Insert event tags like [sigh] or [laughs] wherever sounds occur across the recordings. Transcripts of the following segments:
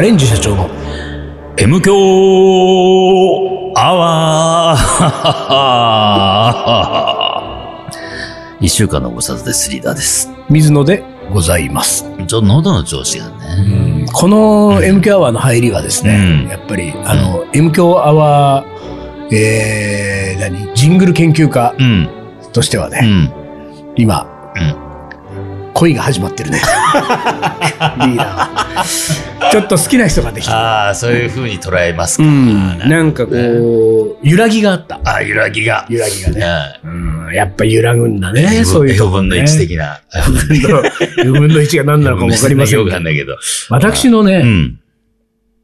レンジ社長の M 強アワー [laughs] 一週間のご無沙汰です、リーダーです。水野で、ございます。ちょ、喉の調子がね。この MQ アワーの入りはですね、うんやっぱり、あの、MQ アワー、えー、何、ジングル研究家うん、としてはうね、ん、今、うん。恋が始ま [laughs] ってるね。リーダー。ちょっと好きな人ができた。ああ、そういう風に捉えますうか。ん。なんかこう、揺らぎがあった。ああ、揺らぎが。揺らぎがね。ね。うん。やっぱ揺らぐんだね、そういうと4こ分のね。 1的な。 4分の1が何なのかもわかりませんよくけわかんど。ないけど。私の [laughs] うね、ん。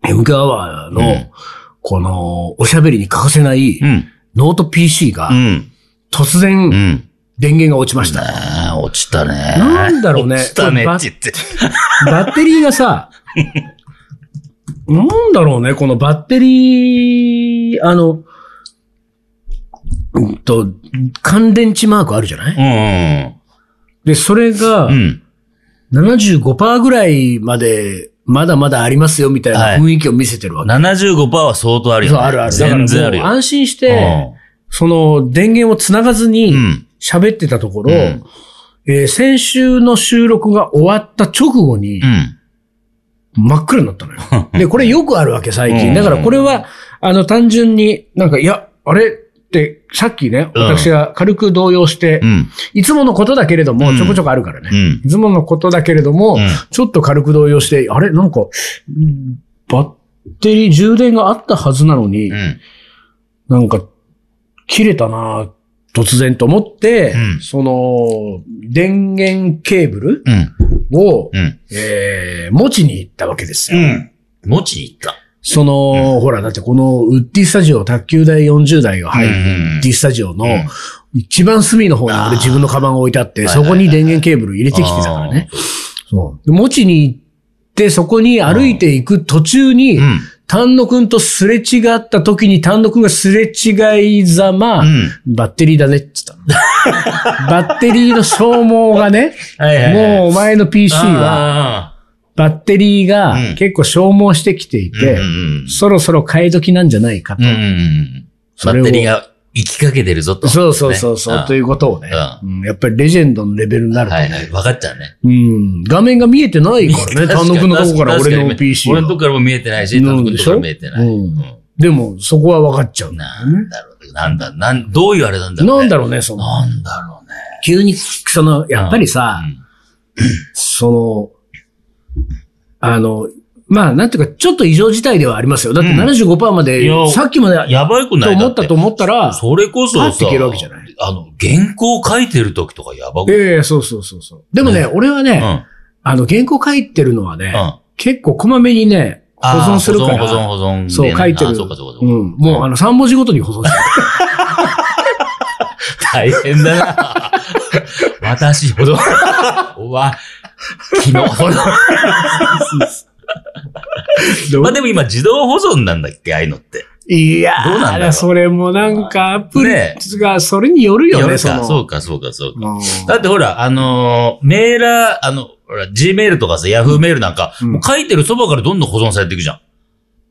m k アワーうのん、この、おしゃべりに欠かせないうん。ノート PC がう、ん。突う然ん。電源が落ちました。ああ、落ちたね。なんだろうね落ちたねって言って。バッテリーが [laughs] さ、なんだろうね、このバッテリー、あの、うんと、乾電池マークあるじゃないで、それがうん。う、ん。 75%ぐらいまで、まだまだありますよ、みたいはない雰囲気を見せてるわけ。 75%は相当あるよ、そう、ね。あるある。だからも全然あうるよ。安心して、その、電源をつながずうに、ん。喋ってたところ、うんえー先週の収録が終わった直後にう、ん。真っ暗になった [laughs] のよ。で、これよくあるわけ、最う近。んだからこれは、あの、単純になんか、いや、あれって、さっきね、うん私が軽く動揺してう、ん。いつものことだけれども、うんちょこちょこあるからねう。ん。いつものことだけれども、うんちょっと軽く動揺して、あれなんか、うんバッテリー、充電があったはずなのに、うん。なんか、切れたな突然と思って、うんその、電源ケーブルうん。を、うん。えー、持ちに行ったわけですよ。うん。持ちに行った。その、ほら、だってこの、ウッディスタジオ、卓球台40台が入る、うんうんうんウッディスタジオのうん、一番隅の方にあー俺自分のカバンが置いてあって、はいそこに電源ケーブル入れてきてたからね。そう。で持ちに行って、そこに歩いていく途中にう、ん。丹野くんとすれ違った時に丹野くんがすれ違いざま、うんバッテリーだねって言ったの。 [laughs] バッテリーの消耗がね、はいはいはいもうお前の PC は、は。バッテリーがうん結構消耗してきていうん。うて、んそろそろ買い時なんじゃないかと。うんうん。そバれをッテリーが行きかけてるぞと。そうそうそうそう、ねということをね、うんやっぱりレジェンドのレベルになると、ねはいはい。分かっちゃうね。うん、画面が見えてないからね、確か単に独のとこから確かに俺の PC 俺のはとこからも見えてないし、単独のとこからも見えてない。うんでしょうでも、そこは分かっちゃうんね。なんだろう。なんだ、なん、どういうあれなんだろう。なんだろろうね、その、なんだろうね。急に、その、やっぱりさ、その、あの、まあ、なんていうか、ちょっと異常事態ではありますよ。だってうん75%までいや、さっきまでうんやばいくとない思ったと思ったら、それこそパさ、ッて消えるわけじゃないあの、原稿書いてる時とかやばくえないえそうそうそうそう。でもね、俺はね、うん。あの、原稿書いてるのはね、うん。結構こまめにね、保あー存するから。保存、保存、保存でね。そう、書いてあーる。そうか、そうか、うそうか。ん。もう、あの、3文字ごとに保存してる。大変だな。 [laughs] 私、 [laughs] 保存。うわ、昨 [laughs] 日、保存。 [laughs] まあでも今、自動保存なんだっけ、ああいうのって。いやどうなんだろー、うそれもなんか、アプねリが、それによるよよね、るそかの。そうか、そうか、そうか。うんだってほら、あのーメーラー、あの、ほら、G メールとかさ、Yahoo メールなんか、うんもう書いてるそばからどんどん保存されていくじゃん。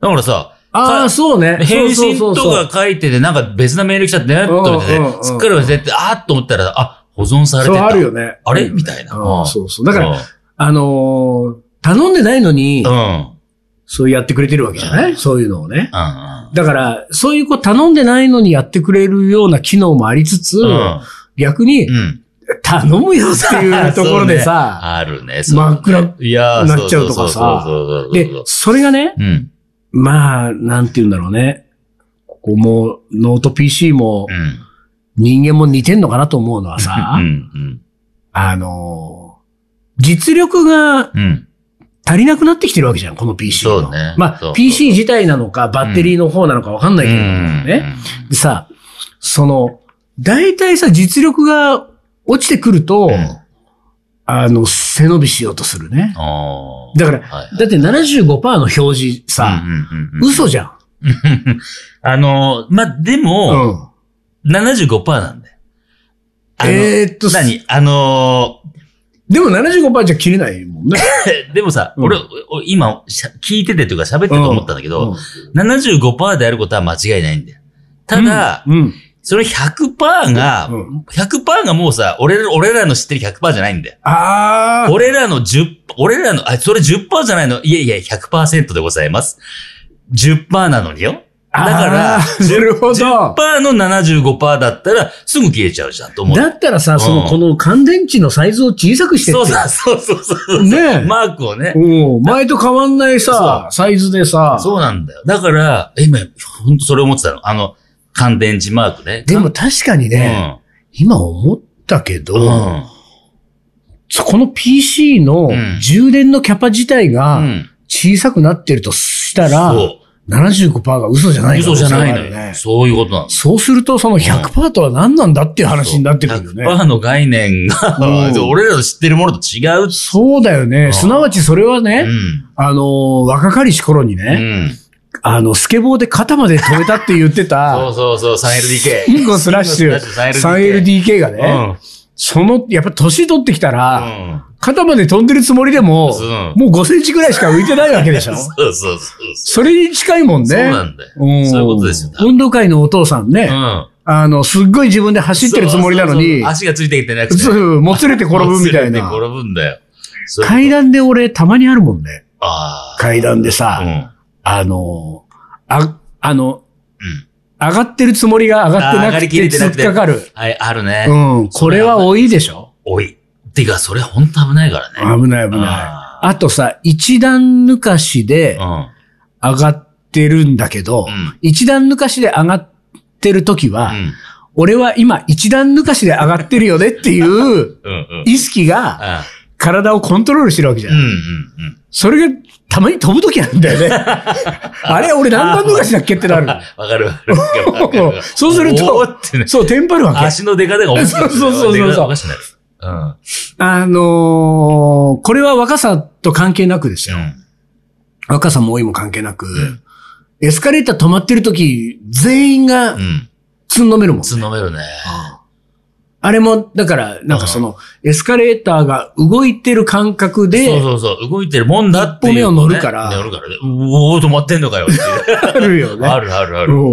だからさ、ああ、かそうね。返そう信そうとそうそうか書いてて、なんか別なメール来ちゃってね、と思ってうんうんうんて、すっかり忘れて、あーっと思ったら、あ、保存されてそうた。あるよね。あれみたいな。うんそうそう。だから、うあのー、頼んでないのに、ん。うん。そうやってくれてるわけじゃないそういうのをね。うんだから、そういうこう頼んでないのにやってくれるような機能もありつつ、うん。逆にう、ん。頼むよっていうところでさ、あるね。真っ暗いやーなっちゃうとかさそうそうそうそうでそう、それがね、うん。まあ、なんて言うんだろうね。ここも、ノート PC もう、ん。人間も似てんのかなと思うのはさう、ん。あのー、実力がうん。うん。足りなくなってきてるわけじゃん、この PC の。そうねまそうそあ、う PC 自体なのか、バッテリーの方なのかわかんなういけれどもん。ね。でさ、その、大体さ、実力が落ちてくると、うん。あの、背伸びしようとするね。あーだから、はいだって75%の表示さ、うんうんうんうん嘘じゃん。あのー、まあ、でも、うん75%なんだよ。あのえーっと、何あのー、 [laughs] でも75%じゃ切れないもんね。でもさ、うん俺、お今、しゃ聞いててというか喋ってて思ったんだけうどん、 75%であることは間違いないんだよ。ただ、うん。その100%が、うん100%がもうさ、俺ら、俺らの知ってる100%じゃないんだよ。あ俺らの10、俺らの、あ、それ10%じゃないのいやいや、100%でございます。10%なのによ。だあ。からあ、ー、なるほど。 10%の75%だったら、すぐ消えちゃうじゃんと思う。だったらさ、そうの、んこの乾電池のサイズを小さくしてってそようそうそうそうそう。ねえマークをね。うん。前と変わんないさ、サイズでさ。そうなんだよ。だから、今、ほんとそれ思ってたの。あの、乾電池マークね。でも確かにうん、ね、今思ったけど、うん。そこの PC のうん充電のキャパ自体うがん。小さくなってるとしたら、そ75%が嘘じゃなう。い嘘じゃない可能の性があるよ。ねそういうことなの。そうすると、その100%とは何なんだっていう話になってくるよね。 100%の概念が、うん [laughs] 俺らの知ってるものと違う。そうだようね。んすなわちそれはうね、ん。あのー、若かりし頃にうね、ん。あの、スケボーで肩まで止めたって言って [laughs] そうた、そうそう、3LDK。インゴスラッシュ 3LDK。 3LDK がうね、ん。その、やっぱ年取ってきたうら、ん。肩まで飛んでるつもりでも、うんもう5センチぐらいしか浮いてないわけでしょそうそうそうそう。それに近いもんね。そうなんだよ。んそういうことですよ運動会のお父さんね、うん。あの、すっごい自分で走ってるつもりなのそうそうにそう、足がついてきてなくて。そうもつれて転ぶみたいもつれな。て転ぶんだよ。そういうこと階段で俺、たまにあるもんね。ああ。階段でさ、うん。あの、あ、あの、うん。上がってるつもりが上がってあー上ながくりてきれて突なっくてかかる。はい、あるね。うん。これは多いでしょおい。てか、それほんと危ないからね。危ない危ない。ああとさ、一段抜かしで上がってるんだけど、うん。うん。一段抜かしで上がってる時は、俺は今一段抜かしで上がってるよねっていううん。うん。うん。意識が体をコントロールしてるわけじゃ。うんん。うん。それがたまに飛ぶ時あるんだよ [laughs] ね。あれ俺何段抜かしだっけってなる。わかるわかるわかるわかるわかる。 [laughs] そうするとおーってねそう、テンパるわけ。足の出方がおかしい。そうそうそうそう出方がおかしくなる。うん。あのーこれは若さと関係なくですよ。うん若さも老いも関係なく、んエスカレーター止まってる時、全員がうん。つんのめるもん。つんのめるね。あれも、だから、なんかその、エスカレーターが動いてる感覚で、そうそうそう。動いてるもんだっていう、ね。一歩目を乗るから乗るからね。うおー、止まってんのかよっていう。あるよ [laughs] ねあ。るあるある。うんう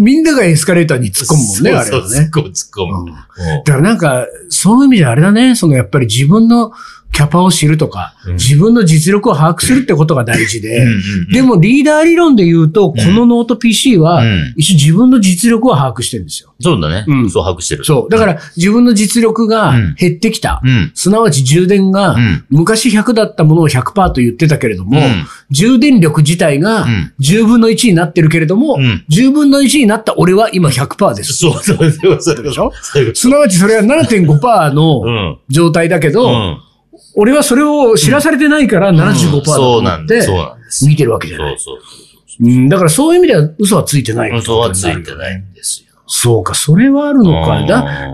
ん。みんながエスカレーターに突っ込むもんね、あれそうはそう突っね。込む、突っ込む。うんだからなんか、そういう意味じゃあれだね、そのやっぱり自分のキャパを知るとか、うん自分の実力を把握するってことが大事で、うんうんうんでもリーダー理論で言うと、このノート PC はうん、一応自分の実力は把握してるんですよ。そうだね。うんそう、把握してる。そう。だから自分の実力がうん減ってきた。うん。すなわち充電がうん、昔100だったものを100%と言ってたけれども、うん充電力自体がうん10分の1になってるけれども、うん10分の1になった俺は今100%です。そうそうそう。そうでしょそういうこすなわちそれは7.5%とうのん。状態だけど、うん。俺はそれを知らされてないから75%だとそう思なんっでてす。そうなんです。見てるわけじゃない。そううんだからそういう意味では嘘はついてないそう。嘘はついてないんですよ。そうか、それはあるのか。だ、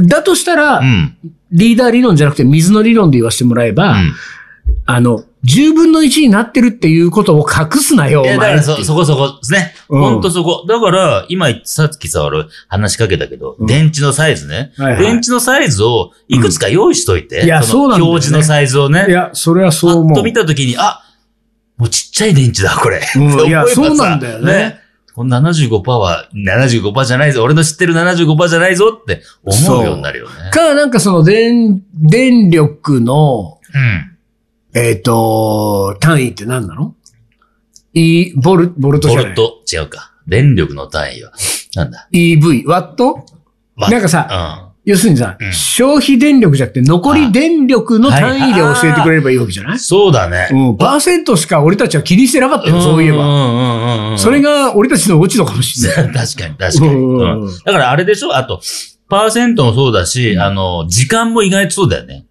うだとしたら、ん。リーダー理論じゃなくて水の理論で言わせてもらえば、うあの、10分の1になってるっていうことを隠すなよ、おん。い前や、だっていかう。らそ、そこそこですね。うんほんとそこ。だから、今、さっきさ、俺、話しかけたけど、うん電池のサイズね。はいはい電池のサイズを、いくつか用意しといて。うんいやそうなんだよね表示のサイズをね。いや、それはそうパッ思とう見。たときに、あもうちっちゃい電池だ、これ。うんって思えばさいやそうなんだよね。この75%は75%じゃないぞ。俺の知ってる75%じゃないぞって思うようになるよね。か、なんかその電、電力の、うん。えっ、と、単位って何なのいボル、ボルトじボゃなルいト、違うか。電力の単位は。なんだ。 ?EV、ワットワッなんかさ要するにさ、うん消費電力じゃなくて残り電力の単位で教えてくれればいいわけじゃうないん、そうだね。うん、パーセントしか俺たちは気にしてなかったよ、そういえうば。んうんうんうんうん。それが俺たちの落ち度かもしれない。 [laughs] 確かに、確かに。うんうんうんうんだからあれでしょあと、パーセントもそうだし、あの、時間も意外とそうだよね。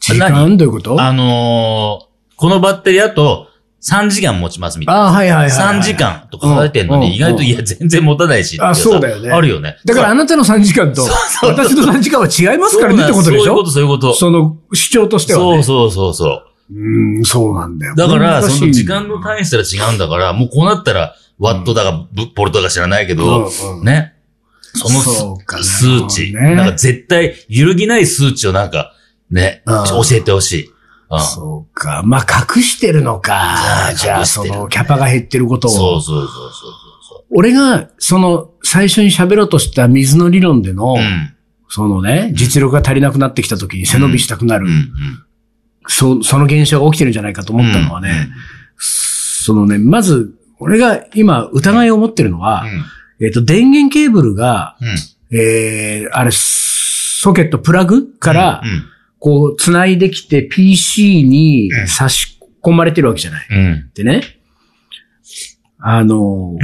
時間どういうことああのーこのバッテリーだと3時間持ちますみたいな。あー、はいはいはい。 3時。間とか書いてんのうんに、意外と、うんいや、全然持たないしっていさ。あそうだよねあるよね。だからあなたの3時間と、そう私の3時間は違いますそうからねってことでしょそういうこと、そういうこと。その主張としては、そうね。そうそうそう。うーん、そうなんだよ。だから、難しいその時間の位単位すら違うんだから、もうこうなったら、ワットだか、ぶボルトだか知らないけど、うんうんね。そのそうか数値、なるほどねなんか絶対揺るぎない数値をなんか、ね。うん教えてほしい。うん。そそうか。まあ、隠してるのか。じじゃゃああ、隠してそるの、キャパが減ってることうを。そうそうそうそ俺が、その、最初に喋ろうとした水の理論での、う。うん。そのね、実力が足りなくなってきた時に背伸びしたくなる、うん。そその現象が起きてるんじゃないかとうん。思ったのはね、そのね、まず、俺が今疑いを持ってるのは、うん。えっ、と、電源ケーブルが、うん。えー、あれ、ソケットプラグからう、んこう、繋いできて PC にうん差し込まれてるわけじゃない。うん。でね、あの、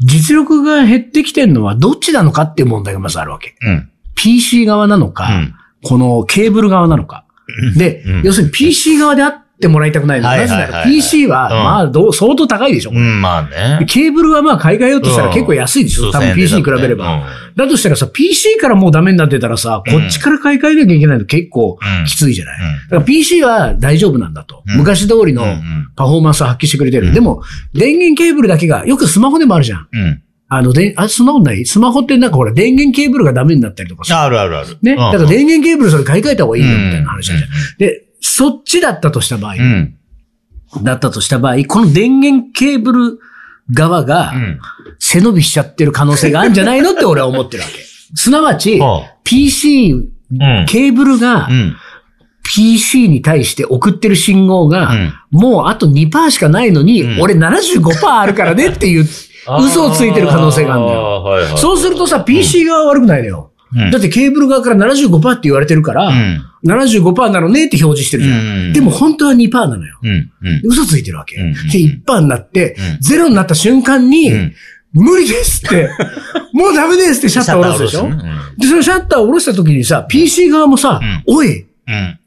実力が減ってきてるのはどっちなのかっていう問題がまずあるわけ。うん。 PC 側なのうか、ん。このケーブル側なのか。で、うん要するに PC 側であってもらいたくないの。はいなはいぜはいなら PC は、うんまあどう、相当高いでしょ。うん、まあね。ケーブルはまあ買い替えようとしたら結構安いでしょ。多分 PC に比べれば。ば。だとしたらさ、PC からもうダメになってたらさ、うんこっちから買い替えなきゃいけないの結構うんきついじゃない。うんだから PC は大丈夫なんだと。うん昔通りのうんうんパフォーマンスを発揮してくれてる。うんでも、電源ケーブルだけが、よくスマホでもあるじゃん。うん。あの、で、あ、そんなことないスマホってなんかほら、電源ケーブルがダメになったりとかさ。あるあるある。ね。うんだから電源ケーブルそれ買い替えた方がいいよ、みたいな話じゃん。うんで、そっちだったとした場合、うん。だったとした場合、この電源ケーブル側がうん。背伸びしちゃってる可能性があるんじゃないのって俺は思ってるわけ。すなわち、はあ PC、んケーブルがうん。 PC に対して送ってる信号が、うんもうあと2%しかないのに、うん俺75%あるからねっていう嘘をついてる可能性があるんだよ。よ。はいはい。そうするとさ、PC 側は悪くないのよ。うんだってケーブル側から75%って言われてるから、うん75%なのねって表示してるじゃん。うんでも本当は2%なのよ。うん。うん。嘘ついてるわけ。うんうんうんで、一般になって、うんゼロになった瞬間に、うん無理です [laughs] って、もうダメですってシャッター下ろすでしシャょッター下ろすねで、そのシャッターを下ろした時にさ、PC 側もさ、うんおい、うん。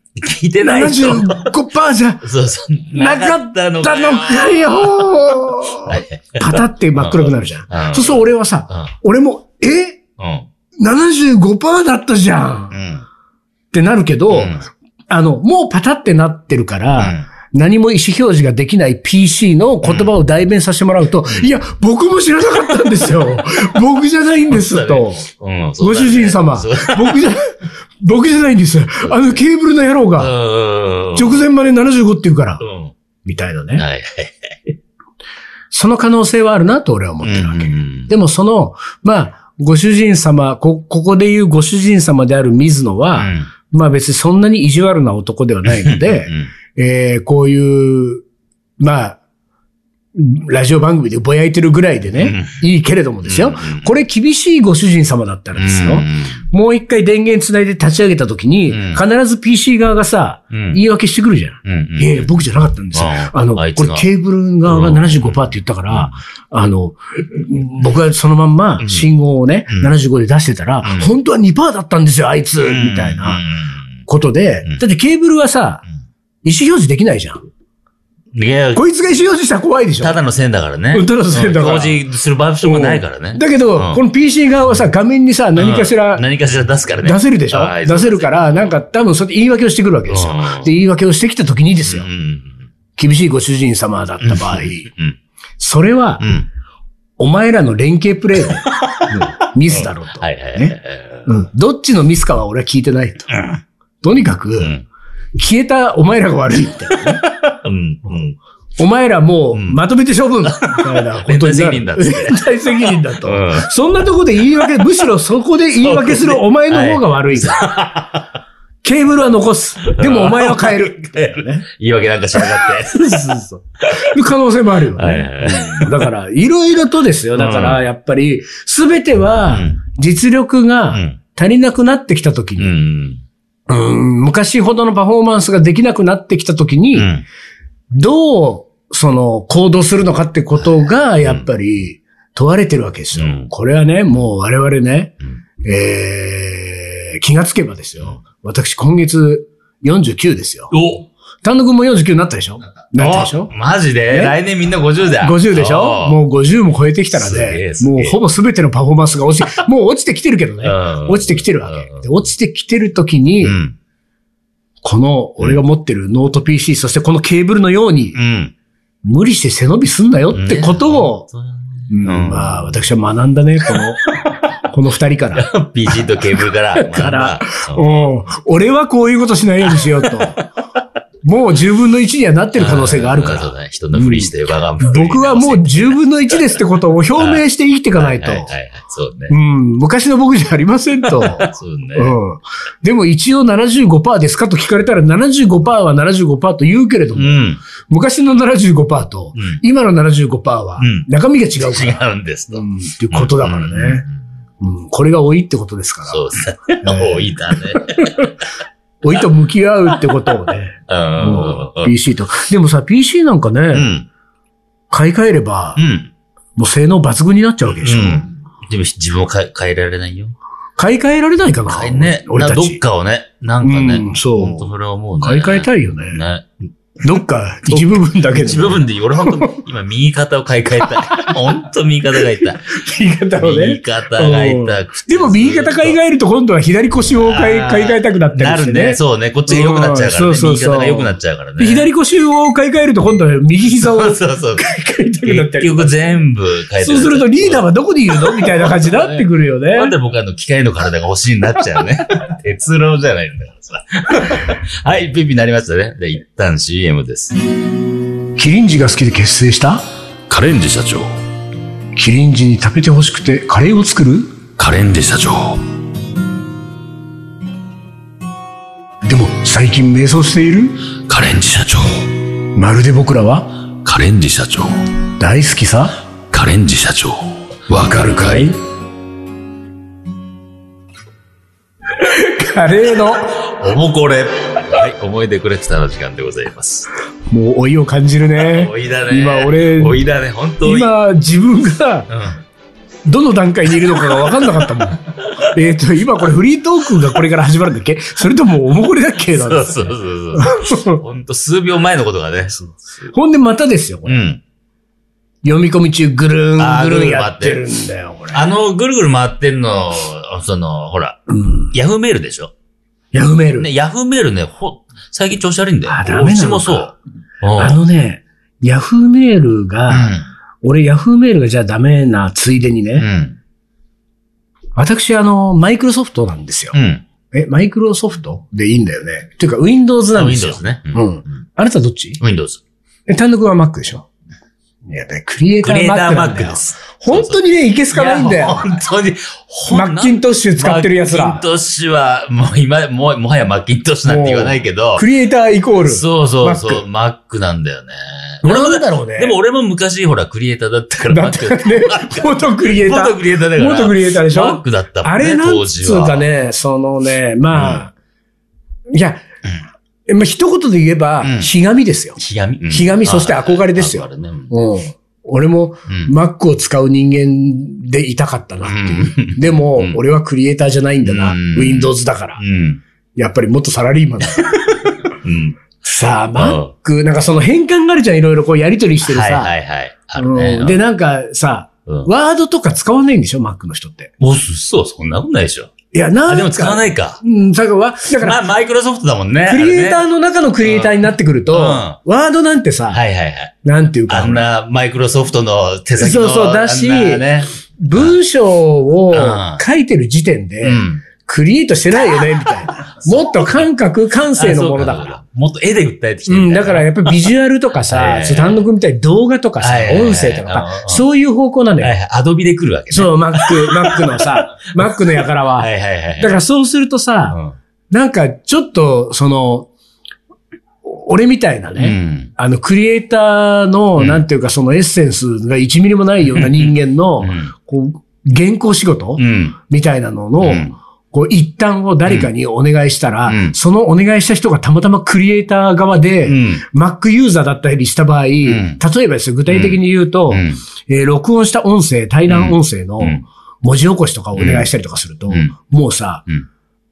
聞いてない人。 75%じゃそうそう。なかったのかよはいはいパタって真っ黒くなるじゃ。うんんそうそう、俺はさ、俺も、えうん。 75%だったじゃんっうん。てなるけど、うんあの、もうパタってなってるから、うん何も意思表示ができない PC の言葉を代弁させてもらうと、いや、僕も知らなかったん [laughs] ですよ。僕じゃないんです、と。うん。ご主人様そう、僕じゃ、僕じゃないんです。あのケーブルの野郎が、うん。直前まで75って言うからう、ん。みたいなはいね。はい。その可能性はあるなと俺は思ってるわけ。で、でもその、まあ、ご主人様、こ、ここで言うご主人様である水野うは、んまあ別にそんなに意地悪な男ではないので、えーこういう、まあ、ラジオ番組でぼやいてるぐらいでね、いいけれどもですよ。うんこれ厳しいご主人様だったらですよ。もう一回電源つないで立ち上げた時に、うん必ず PC 側がさ、うん言い訳してくるじゃん。うん。いやいや僕じゃなかったんですよ。ああの、こあれいつがケーブル側がうん75%って言ったから、あの、僕はそのまんま信号をね、うん75で出してたら、うん本当は2%だったんですよ、あいつ、みたいなことでうん、だってケーブルはさうん、意思表示できないじゃん。うん。いや、こいつが意思表示したら怖いでしょ。ただの線だからね。うんただの線だからうん表示する場所がないからね。だけど、うんこの PC 側はさ、画面にさ、何かしらうん何かしら出すからね。出せるでしょ、はい出せるから、なんか多分それ言い訳をしてくるわけですよ。うんで、言い訳をしてきた時にですうよ。ん。厳しいご主人様だった場合、うん。それはう、ん。お前らの連携プレー [laughs] のうんミスだろうと。はいはいはい。ねうんどっちのミスかは俺は聞いてないと。とにかく、うん消えたお前らが悪いみ [laughs] たいな。うん。うん。お前らもう、うんまとめて処分みたい [laughs] なことになる。連帯責任だっつって連帯責任だと。うんそんなとこで言い訳、むしろそこで言い訳するお前の方が悪いから。ケーブルは残す。でもお前は変える。言い訳なんかしやがって。そうそうそう可能性もあるよね。はいはいはい [laughs] だから、いろいろとですよ。だから、やっぱり、すべてはうん、実力がうん足りなくなってきたときうに、ん。うん昔ほどのパフォーマンスができなくなってきたときに、うん。どう、その、行動するのかってことが、やっぱり、問われてるわけですよ。うんこれはね、もう我々ね、うんえー、気がつけばですよ。私、今月49ですよ。お単独も49になったでしょなったでしょおマジでね来年みんな50だ。 50でしょおもう50も超えてきたらすげねえ、すもげうえほぼ全てのパフォーマンスが落ち、もう落ちてきてるけどね。うん落ちてきてるわけうん。で落ちてきてる時に、うん。この俺が持ってるノート PC、そしてこのケーブルのようにう、ん。無理して背 [laughs] 伸びすんなよってことを、ねうんうん [laughs] まあ私は学んだね、この、この二人から。ピチッとケーブルから。 [laughs] から学んだおう俺はこういうことしないようにしようと。もう10分の1にはなってる可能性があるかうんそうら。だね。人のふりして我が物言い僕はもう10分 [laughs] の1ですってことを表明して生きていかないとは。いはいはい。そうねう。ん、昔の僕じゃありません [laughs] と。そうね。うん、でも一応75%ですかと聞かれたら75%は75%と言うけれどうも、ん。昔の75%とうん今の75%はうん中身が違うから、違 [laughs] うんですと。うんっていうことだからうんうんうんね、うん。これが老いってことですから、そうですね。ええ多い [laughs] だね。老いと向き合うってことをね、 [laughs] ううんん、PC と。でもさ、PC なんかね、うん。買い替えればう、ん。もう性能抜群になっちゃうわけでしょ。うんでも自分を変え変えられないよ。買い替えられないかな、変えね。俺なたどっち。かをね。なんかうねん。そう本当それは思うね。買い替えたいよね。ね。どっか一部分だけで一部分で、俺は本当今右肩を買い替え [laughs] たい。本当右肩が痛い。言い方をね。右肩が痛くて。でも右肩買い替えると今度は左腰を買いあー買い替えたくなったなりしてるねね。。そうね。こっちが良くなっちゃううからねん。そうそう右そう肩が良くなっちゃうからでね。左腰を買い替えると今度は右膝をそう買そうそう。い替えたくなった結り。局全部変えてそうするとリーダーはどこにいるのみたいな感じになってくるよね。 [laughs] なんで僕あの、機械の体が欲しいになっちゃうね。 [laughs] 鉄郎じゃないんだからさ。 [laughs] はい、ピンピンになりましたね。で、一旦 CM です。キリンジが好きで結成したカレンジ社長キリンジに食べてほしくてカレーを作るカレンジ社長でも最近迷走しているカレンジ社長まるで僕らはカレンジ社長大好きさ。カレンジ社長わかるかいカレーのおもこれ。はい、思い出くれてたの時間でございます。もう老いを感じるねお。いだね。今俺 [laughs] おいだね、本当に。今自分がうん。どの段階にいるのかが分かんなかったもん。 [laughs] えっと、今これフリートークがこれから始まるんだっけそれともおもこれだっけなそんうでそうそうそう。ほんと数秒前のことがね。 [laughs] ほんでまたですよ、こうれ。ん。読み込み中ぐるあんーぐるんやってるんだよ、これ。あの、ぐるぐる回ってんの、その、ほら、うん。ヤフーメールでしょヤフメール。ね、ヤフーメールね、ほ、最近調子悪いんだよ。あダメなのかうちもそう。うんあのね、ヤフーメールが、俺ヤフーメールがじゃあダメなついでにね、うん。うん。私あの、マイクロソフトなんですよ。うん。え、マイクロソフトでいいんだよね。というか Windows なんですよ。 Windows ね。うん。あなたどっち Windows。え、単独は Mac でしょいや、ね、クリエイタークリエイタ Mac ーなマッんクだでよ。す。本当にね、いけすかないんだいやよ。本当に。ほんマッキントッシュ使ってる奴マッキらン。トッシュは、もう今、もう、もはやマッキントッシュなんて言わないけどク。リエイターイコール。そうそうそう、マックなんだよね。俺もなんだろうね。でも俺も昔、ほら、クリエイターだったから、だマっッてク。ね、 [laughs] 元クリエイタ元ー。クリエイターだから。元クリエイターでしょマックだったもんね。あれなん当時つうかは。ね、そのね、まあ、いや、まあ一言で言えばう、んひがみですよ。ひがみ。うんひがみそして憧れですよあるねうんうん。俺もうん Mac を使う人間でいたかったなっていう。でもん、俺はクリエイターじゃないんだな。うん Windows だからう。ん。やっぱり元サラリーマンだ。 [laughs] うん。さあ、Mac、なんかその変換があるじゃん、いろいろこうやりとりしてるはいはさ。いはい。あるね。うんで、なんかさ、うん、ワードとか使わないんでしょ ?Mac の人って。もうそう、そんなことないでしょ。いや、なんあ、か。でも使わないか。うん、だからわ、だから、まあ、マイクロソフトだもんね。クリエイタあれーねの中のクリエイターになってくると、うんうんワードなんてさ、はいはいはい。なんていうかあ、んなマイクロソフトの手先の。そうそうだしあんなね。文章をうん書いてる時点で、うん。クリエイトしてないよね、みたい [laughs] な。もっと感覚、感性のものだかあそうら。もっと絵で訴えてきてうるん、みたいなだからやっぱりビジュアルとかはさい、そう単独みたいに動画とかさはい、はいはい音声とかさうんうんそういう方向なのはいよ。はい。アドビで来るわけね。そう、Mac、Mac の [laughs] さ、Mac のやからはは。いはいはい。だからそうするとらさ、なんかちょっと、その、俺みたいなうん。ね、あの、クリエイターの、うんなんていうか、そのエッセンスが1ミリもないような人間の、うんこう、原稿仕事うん。みたいなのうのん、こう、一端を誰かにお願いしたらう、んそのお願いした人がたまたまクリエイター側うで、ん。 Mac ユーザーだったりした場合、例えんばですよ、具体的に言うとう、んえー録音した音声、対談音声のうん文字起こしとかをお願いしたりとかするとうん、もうさうん、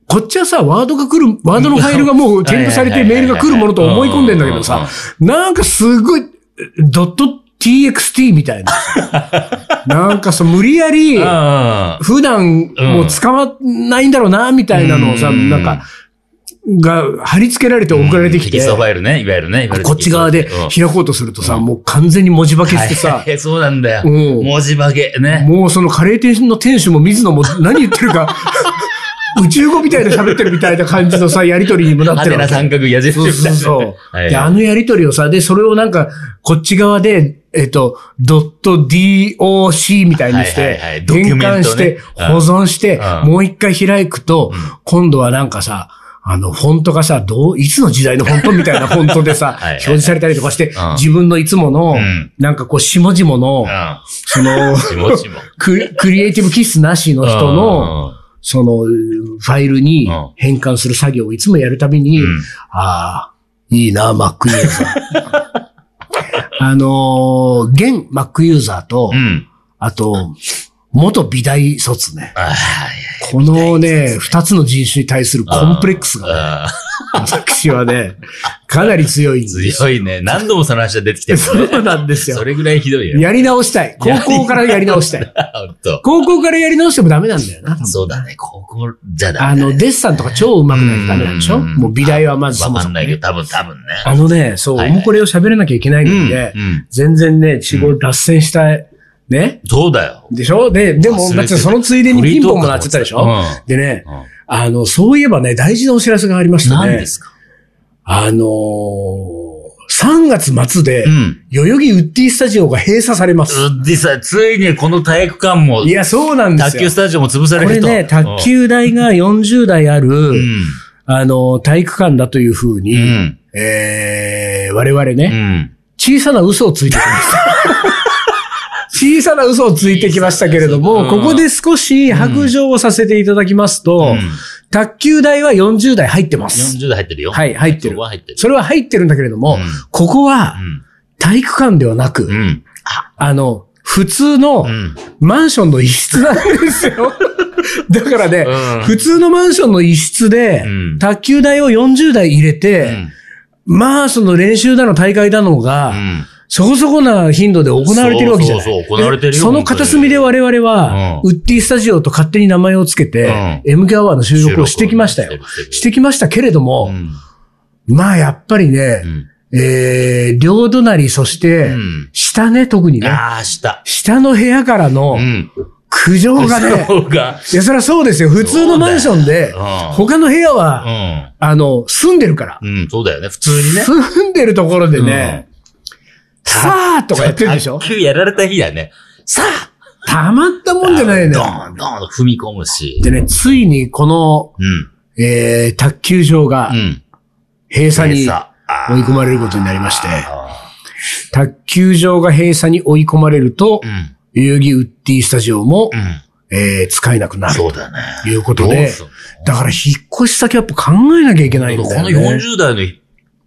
こっちはさ、ワードが来る、ワードのファイルがもう添付されてメールが来るものと思い込んでんだけどうんうんさう、なんかすごい、ドット txt みたいな。 [laughs] なんかそう、無理やり、ああ。普段もう使わないんだろうな、みたいなのをさ、うんなんか、が貼り付けられて送られてきテて、キストファイルね、いわゆるね。いわゆるこっち側でテキストファイル開こうとするとさ、もう完全に文字化けしてはさい、 [laughs] はいそうなんだよ。うん文字化け [laughs] ね。もうそのカレー店の店主も水野も何言ってる [laughs] か、宇宙語みたいな喋ってるみたいな感じのさ、やりとりにもなっハてるテわナけ三角矢印そうみたそいうな。そう。 [laughs] はいで、あのやりとりをさ、で、それをなんか、こっち側で、えっと、ドット DOC みたいにしはいてはいはい、ドキュ変メン換トしねて、保存してう、んもう一回開くと、今度はなんかさ、あの、フォントがさ、どう、いつの時代のフォントみたいなフォントでさ [laughs] はいはいはい、表示されたりとかしてうん、自分のいつものうん、なんかこう、下々の、うその、ん。下々ククリエイティブキスなしの人の、その、ファイルにうん変換する作業をいつもやるたびに、うんああ、いいな、Mac ユーザー。 [laughs] あのー現 Mac ユーザーと、うん。うん。あと、元美大卒ね。ああ、いやこのね、二つの人種に対するコンプレックスがね、ああ私はね、かなり強いんです。強いね。何度もその話は出てきてるからね。そうなんですよそ。れぐらいひどいよ。やり直したい。高校からやり直したい。ほんと高校からやり直してもダメなんだよな、多分そうだね。高校じゃダあメだね。の、デッサンとか超上手くないとダメなんでしょうんもう美大はまずそもわそかんもないけね。ど、多分、多分ね。あのね、そう、はいオはいムコレを喋れなきゃいけないのでう、ん。全然ね、仕事脱線したい。ねそうだよ。でしょで、でも忘れ、てただってそのついでにピンポンもなっちゃったでしょ、うんでね、うんあの、そういえばね、大事なお知らせがありましたね。何ですかあのー、3月末で、うん。代々木ウッディスタジオが閉鎖されます。うっでさ、ついにこの体育館もい、や、そうなんです卓よ。球スタジオも潰されこるれと。ね、卓球台が40台ある、うん。あの、体育館だというふうに、うん。えー、我々ね、うん。小さな嘘をついてきま [laughs] した。小さな嘘をついてきましたけれども、小さなこ嘘こで少し白状をさせていただきますと、うん卓球台は40台入ってます。 40度入ってるよ。はい入ってるそこは入ってる。それは入ってるんだけれども、うんここは体育館ではなく、うん。うん。あの、普通のうん。マンションの一室なんです [laughs] よ。だからね、うん普通のマンションの一室で、うん卓球台を40台入れうて、んまあその練習だの大会だのが、うんそこそこな頻度で行われてるわけじゃない。そうそうそう行われてるよその片隅で我々は、うウッディスタジオと勝手に名前をつけて、MK アワーの収録をしてきました収よ録をしてる。してきましたけれども、うんまあやっぱりね、えー、両隣、そして、うん下ね、特にうん。ね、ああ、した。下の部屋からのうん。苦情がね、そうが。いや、そりゃそうですよ。普通のマンションでそうだようん、他の部屋うは、ん。あの、住んでるから。うん、そうだよね。普通にね。住んでるところでね、さあとかやってるでしょ卓球やられた日だよね。さあたまったもんじゃないのドよ。ーン、ドーンと踏み込むし。でね、ついにこの、うん。えー、卓球場がうん。閉鎖に追閉鎖あーい込まれることになりまして、あ卓球場が閉鎖に追い込まれるとーう、ん。代々木ウッディスタジオもう、ん。えー、使えなくなるそうだね。ということどうですんの、だから引っ越し先やっぱ考えなきゃいけないんこだのよね。 40代のい、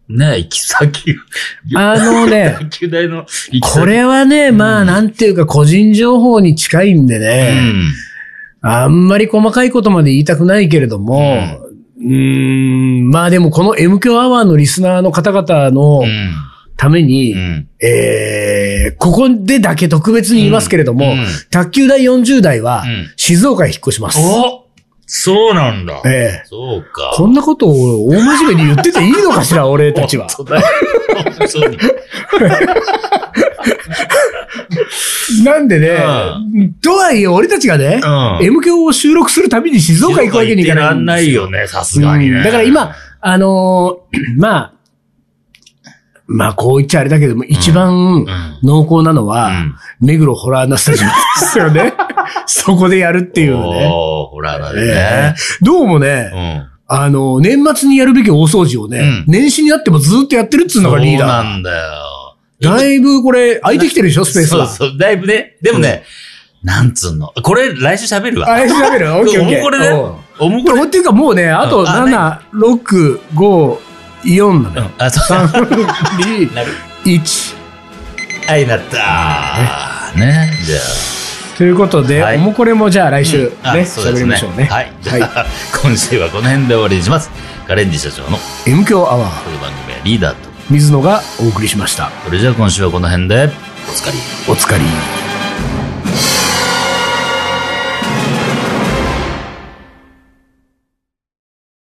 ね、行き先、 [laughs] あのね、卓球台の行き先。これはね、まあなんていうか個人情報に近いんでうね、ん。あんまり細かいことまで言いたくないけれども、うーん、まあでもこの M 響アワーのリスナーの方々のうん。ために、うん。えーここでだけ特別に言いますけれども、うんうん卓球台40代はうん静岡へ引っ越します。おそうなんだ。ええそうか。こんなことを大真面目に言ってていいのかしら、 [laughs] 俺たちは。本当だよ。本当になんでね、うとはいえ俺たちがね、うん M 響を収録するたびに静岡行くわけにいかない静岡行ってらんんでなすいよね、さすがにうね。んだから今、あのー [clears throat] まあ、まあこう言っちゃあれだけども、一番濃厚なのは、目黒ホラーナスタジオですよ [laughs] ね。そこでやるっていうね。おー、ほら、だえねえ。どうもね、うん。あの、年末にやるべき大掃除をね、うん年始になってもずっとやってるっつうのがリーそうダー。なんだよ。だいぶこれ、空いてきてるでしょ、スペースそうは。そう、だいぶね。でもね、なんつんの。これ、来週喋るわ。あれ調べ [laughs] るオッケーオッケー。これねうん。おもここれっれ。ていうかもうね、あうとんあ7、6、5、4なの [laughs] うよ。んあ、そう。 3、2、なる。 1。はい、なった。ね。じゃということで、はいおもこれもじゃあ来週ね、あ。あそう喋、ですりましょうね。はい。じゃあ、 [laughs] 今週はこの辺で終わりにします。カレンジ社長の M 強アワー、この番組はリーダーと。水野がお送りしました。それじゃあ今週はこの辺で、お疲れ。お疲れ。